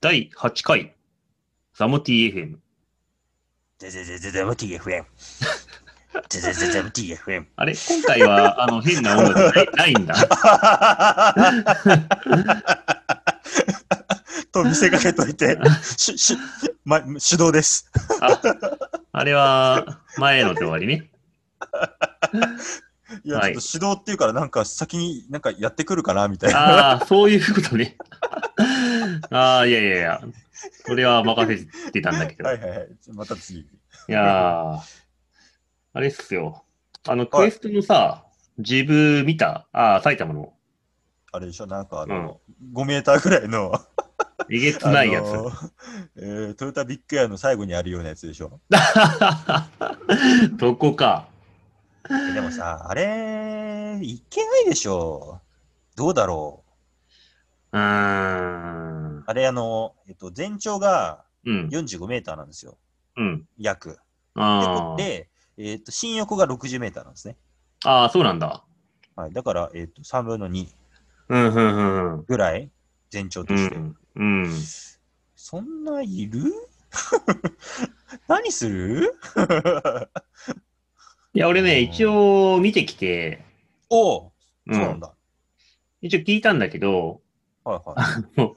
第8回、ザモ TFM。ゼゼゼゼゼ ム TFM。ゼゼゼゼム TFM。あれ今回 は、あの、変な音楽ないないんだ。と見せかけといて、し、し、ま、手動です。あ、 あれは、前ので終わりね。いや、はいちょっと指導っていうから、なんか先になんかやってくるかな、みたいな。ああ、そういうことね。 ああ、いやいやいや。これは任せてたんだけど。はいいはいはい。じゃあまた次。やーあれっすよ。あの、クエストのさ、自分見た、ああ、埼玉の、あれでしょ、なんかあの、5メーターぐらいの、えげつあのないやつ。ーえートヨタビッグエアの最後にあるようなやつでしょ。 どこか。えでもさ、あれ、いけないでしょ。どうだろうーう。ん。あれ、あの、えっと、全長がうん。 45メーターなんですよ。うん。約。あーで、えっと、新横が60メーターなんですね。あー、そうなんだ。はい。だから、えっと、3分の2うん、うん、うんうん。ぐらい、全長とうして。ん。うん。そんないる 何する いや、俺ね、一応見てきて、おううそうなんん。だ。一応聞いたんだけど、はいはい。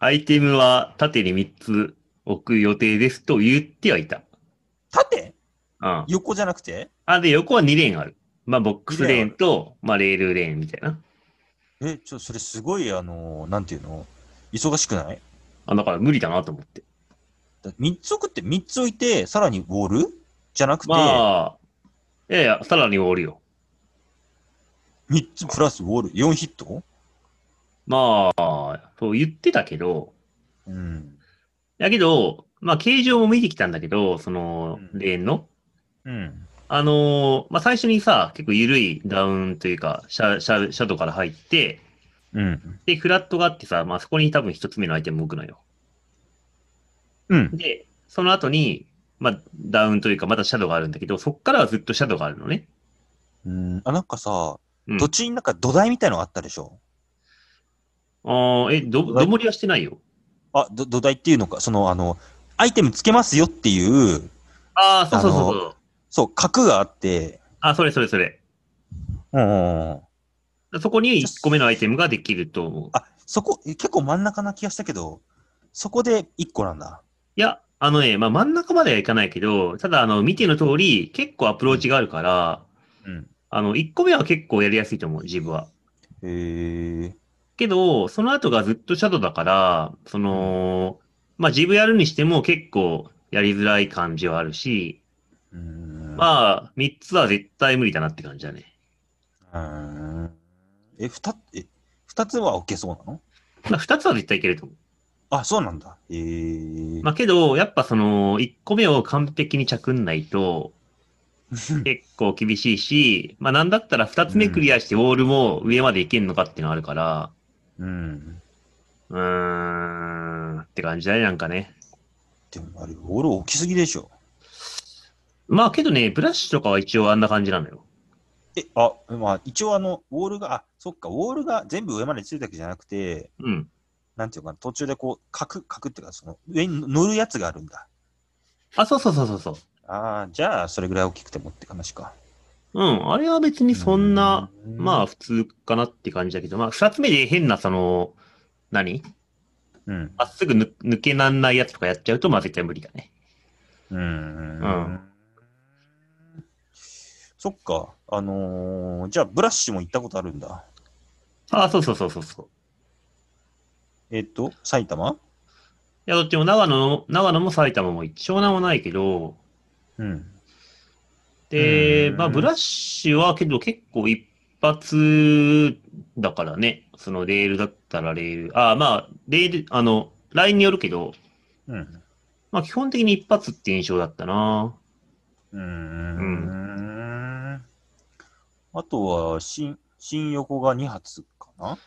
アイテムは縦に3つ置く予定ですと言ってはいた。縦うん。横じゃなくてあ、で、横は2レーンある。まあ、ボックスレーンと、まあ、レールレーンみたいな。え、ちょ、それすごい、あのーなんていうの忙しくないあ、だから無理だなと思って。だ ?3 つ置くって、3つ置いて、さらにウォールじゃなくて、まあ、いやいや、さらに終わるよ。 3つプラスウォール、4ヒットまあ、そう言ってたけど、うん。だけど、まあ、形状も見てきたんだけど、その、うんレーンの。うん。あのーまあ、最初にさ、結構緩いダウンというか、シャシャシャドウから入って、うん。で、フラットがあってさ、まあ、そこに多分一つ目のアイテムを置くのよ。うん。で、その後に、まあ、ダウンというか、またシャドウがあるんだけど、そっからはずっとシャドウがあるのね。うん、あ、なんかさ、うん途中になんか土台みたいのがあったでしょああ、え、ど、どもりはしてないよ。あ、ど土台っていうのか、その、あの、アイテムつけますよっていう、ああ、そうそうそうあそう。そう、角があって、あ、それそれそれ。うんうんうん。そこに1個目のアイテムができると思う。あ、そこ、え結構真ん中な気がしたけど、そこで1個なんだ。いや、あのね、まあ、真ん中まではいかないけど、ただ、あの、見ての通り、結構アプローチがあるから、うん。あの、1個目は結構やりやすいと思う、自分は。へえ。けど、その後がずっとシャドウだから、その、まあ、ジブやるにしても結構やりづらい感じはあるし、うん。まあ、3つは絶対無理だなって感じだね。うん。え、二つ、え、二つは OK そうなのまあ、2つは絶対いけると思あ、そうなんだ。へえ。う。まあ、けど、やっぱその、1個目を完璧に着んないと、結構厳しいし、まあ、なんだったら2つ目クリアしてウォールも上までいけんのかっていうのはあるから、うん。うーん、って感じだね、なんかね。でもあれ、ボール大きすぎでしょ。まあ、けどね、ブラッシュとかは一応あんな感じなのよ。え、あ、まあ、一応あの、ウォールが、あ、そっか、ウォールが全部上までついたわけじゃなくて、うん。なんていうかな、途中でこう、角、角っていうか、その、上に乗るやつがあるんだ。あ、そうそうそうそうそう。ああ、じゃあ、それぐらい大きくてもって話か。うん、あれは別にそんな、うん、まあ普通かなって感じだけど、まあ二つ目で変なその、何うん。まっすぐぬ抜けなんないやつとかやっちゃうと、まあ絶対無理だね。うん。んそっか。あのーじゃあ、ブラッシュも行ったことあるんだ。あ、そうそうそうそうそう。えっ、と、埼玉いや、どっちも長野の、長野も埼玉も一応名もないけど、うん。で、うんまあブラッシュはけど結構一発だからね、そのレールだったらレール、ああ、まあ、レール、あの、ラインによるけど、うん。まあ基本的に一発って印象だったな。うーん。あとは、新、新横が2発かな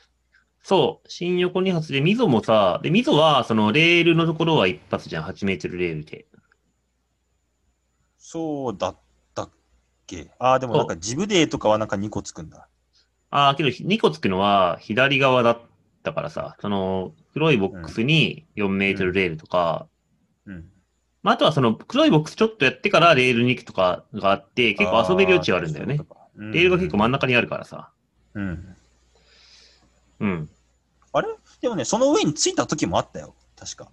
そう、新横2発で、溝もさ、で、溝は、その、レールのところは一発じゃん、8メートルレールで。そうだったっけああ、でもなんか、ジブデーとかはなんか2個つくんだ。ああ、けど、2個つくのは、左側だっったからさ、その黒いボックスに4メートルレールとか、うん。まあ、あとはその黒いボックスちょっとやってからレールに行くとかがあって、結構遊べる余地はあるんだよね。レールが結構真ん中。中にあるからさ。うん。うん。あれでもね、その上についた時もあったよ。確か。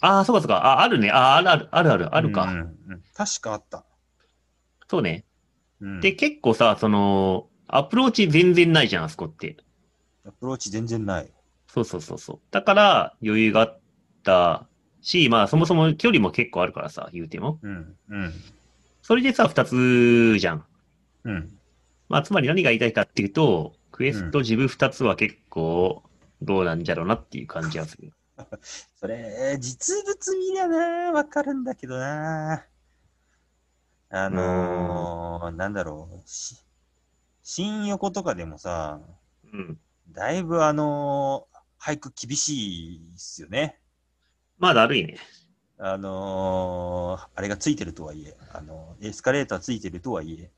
ああ、そうかそうか。あ、あるね。ああ、るある、あるある、あるか。うんうん確かあった。そうね。うんで、結構さ、その、アプローチ全然ないじゃん、あそこって。アプローチ全然ない。そうそうそうそう。だから、余裕があったし、まあ、そもそも距離も結構あるからさ、言うても。うん。うん。それでさ、二つじゃん。うん。まあ、つまり何が言いたいかっていうと、クエスト自分二つは結構、どうなんじゃろうなっていう感じがする。それ、実物見りゃな、わかるんだけどな。あのー、なんだろう。し新横とかでもさ、うん。だいぶあのー俳句厳しいっすよね。まあ、だるいね。あのーあれがついてるとはいえ、あのーエスカレーターついてるとはいえ。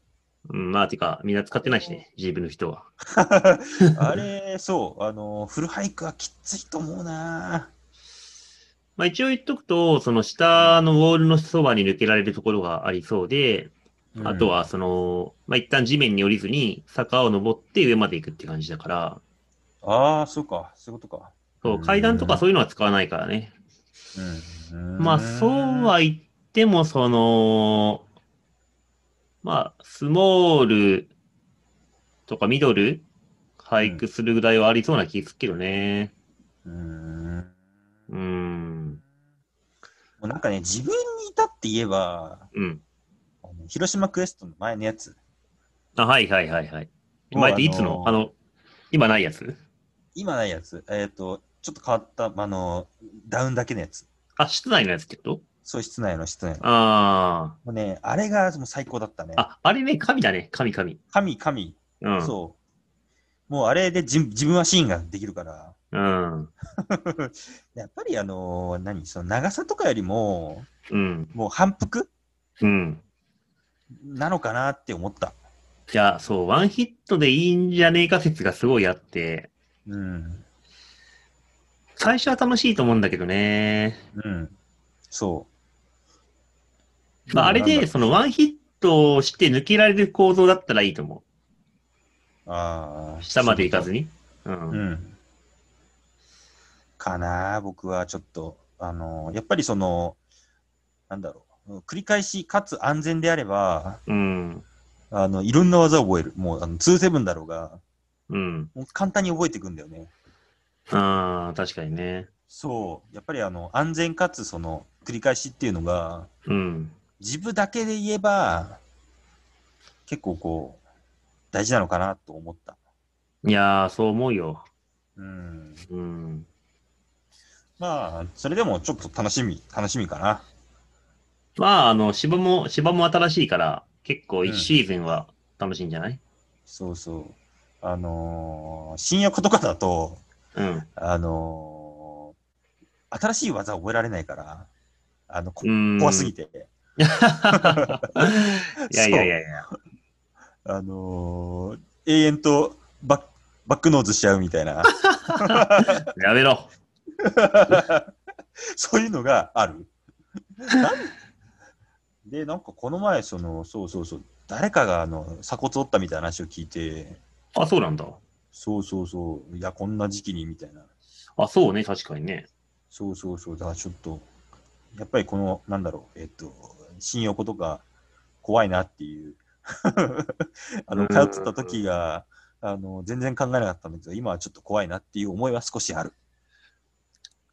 うん、まあ、てか、みんな使ってないしね、自分の人は。あれ、そう、あのーフル俳句はきついと思うな。まあ、一応言っとくと、その下のウォールのそばに抜けられるところがありそうで、あとは、その、まあ、一旦地面に降りずに、坂を登って上まで行くって感じだから、うん。ああ、そうか、そういうことか。そう、階段とかそういうのは使わないからね。うんまあ、そうは言っても、その、まあ、スモールとかミドル、俳句するぐらいはありそうな気するけどね。うん。もうん。うなんかね、自分にいたって言えば、うん。あの広島クエストの前のやつ、あ、はいはいはいはい。もう前っていつのああのの、今ないやつ今ないやつ、えっ、と、ちょっと変わった、あのーダウンだけのやつ。あ、室内のやつってことそう、室内の室内の。あもうね、あれがもう最高だったねあ。。あ、あれね、神だね。神神。神、神、うん。そう。もうあれでじ自分はシーンができるから。うん。やっぱりあのー何その長さとかよりも、うん。もう反復うん。なのかなって思った。じゃあ、そう、ワンヒットでいいんじゃねえか説がすごいあって、うん。最初は楽しいと思うんだけどね。うん。そう。まあ、あれで、そのワンヒットをして抜けられる構造だったらいいと思ああう。下まで行かず。に。うん。そういうことうん。かなー僕はちょっと、あのーやっぱりその、なんだろう。繰り返しかつ安全であれば、うん。あの、いろんな技を覚える。もう、あの、2-7だろうが、うん。もう簡単に覚えていくんだよね。ああ、確かにね。そう、やっぱりあの安全かつその繰り返しっていうのが、うん。自分だけで言えば、結構こう、大事なのかなと思った。いやー、そう思うよ。うん。うん。まあ、それでもちょっと楽しみ、楽しみかな。まあ、あの、芝も、芝も新しいから、結構1シーズンは楽しいんじゃない、そうそう。あのー、新薬とかだと、うんあのー、新しい技覚えられないから、あの、こうん怖す ぎて。いやいやいやいや。あのー、永遠とバックバックノーズしちゃうみたいな。やめろ。 そういうのがある。なんで、なんかこの前、その、そうそうそう、誰かがあの鎖骨折ったみたいな話を聞いて、あ、そうなんだ。そうそうそう、いや、こんな時期にみたいな。あ、そうね、確かにね。そうそうそう、だからちょっと、やっぱりこの、なんだろう、えっと、新横とか怖いなっていう。 あうの、ん通ってた時が、あの、全然考えなかったんだけど、今はちょっと怖いなっていう思いは少しある。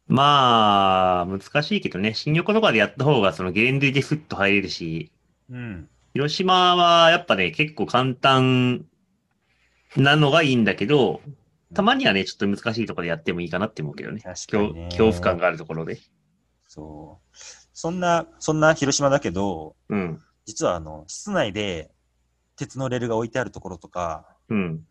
まあ、難しいけどね、新横とかでやった方が、そのゲレンデでスッと入れるし、うん。広島はやっぱね、結構簡単なのがいいんだけど、たまにはね、ちょっと難しいところでやってもいいかなって思うけどね。確か恐にね恐怖感があるところで。そう。そんな、そんな広島だけど、うん。実はあの、室内で鉄のレールが置いてあるところとか、うん。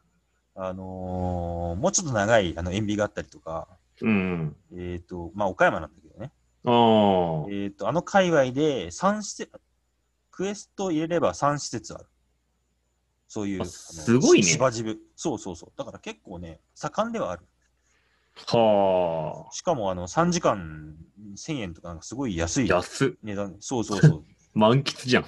あのーもうちょっと長いあの塩ビがあったりとか、うん。えっ、と、まあ、岡山なんだけどね。ああ。えっ、と、あの界隈で3施設、クエスト入れれば3施設ある。そういう。ああのすごいねし芝渋。そうそうそう。だから結構ね、盛んではある。はしかも、あの、3時間1000円とか、なんかすごい安あ。い安っ。値段、そうそ うそう、満喫じゃん。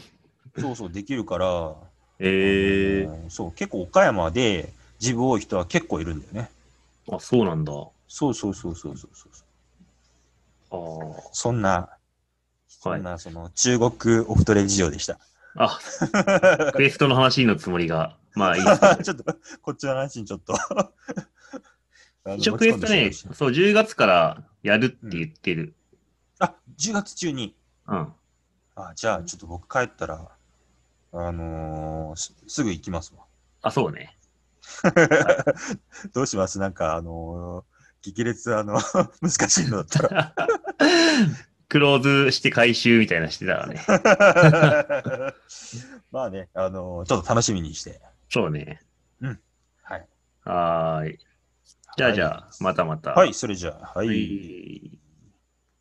そうそう、できるから、ええあのそう、結構岡山でジム多い人は結構いるんだよね。あ、そうなんだ。あそうそうそうそうそうそう。あ。そんな、そはいんな、その、中国オフトレ事情でした。 あ、クエストの話のつもりが。まあいいですかちょっと、こっちの話にちょっと あの。一応持クちエ込スんでトしまいね、ましたそう、10月からやるって言ってる。あ、10月中に。うん。あ、じゃあ、ちょっと僕帰ったら、あのーすすぐ行きますわ。あ、そうね。 どうしますなんか、あのー激烈、あの、 難しいのだったら。 クローズして回収みたいなしてたからね。まあね、あのーちょっと楽しみにして。そうね。はい。はーい。じゃあじゃあ、またまた。はい、それじゃあ、ははいい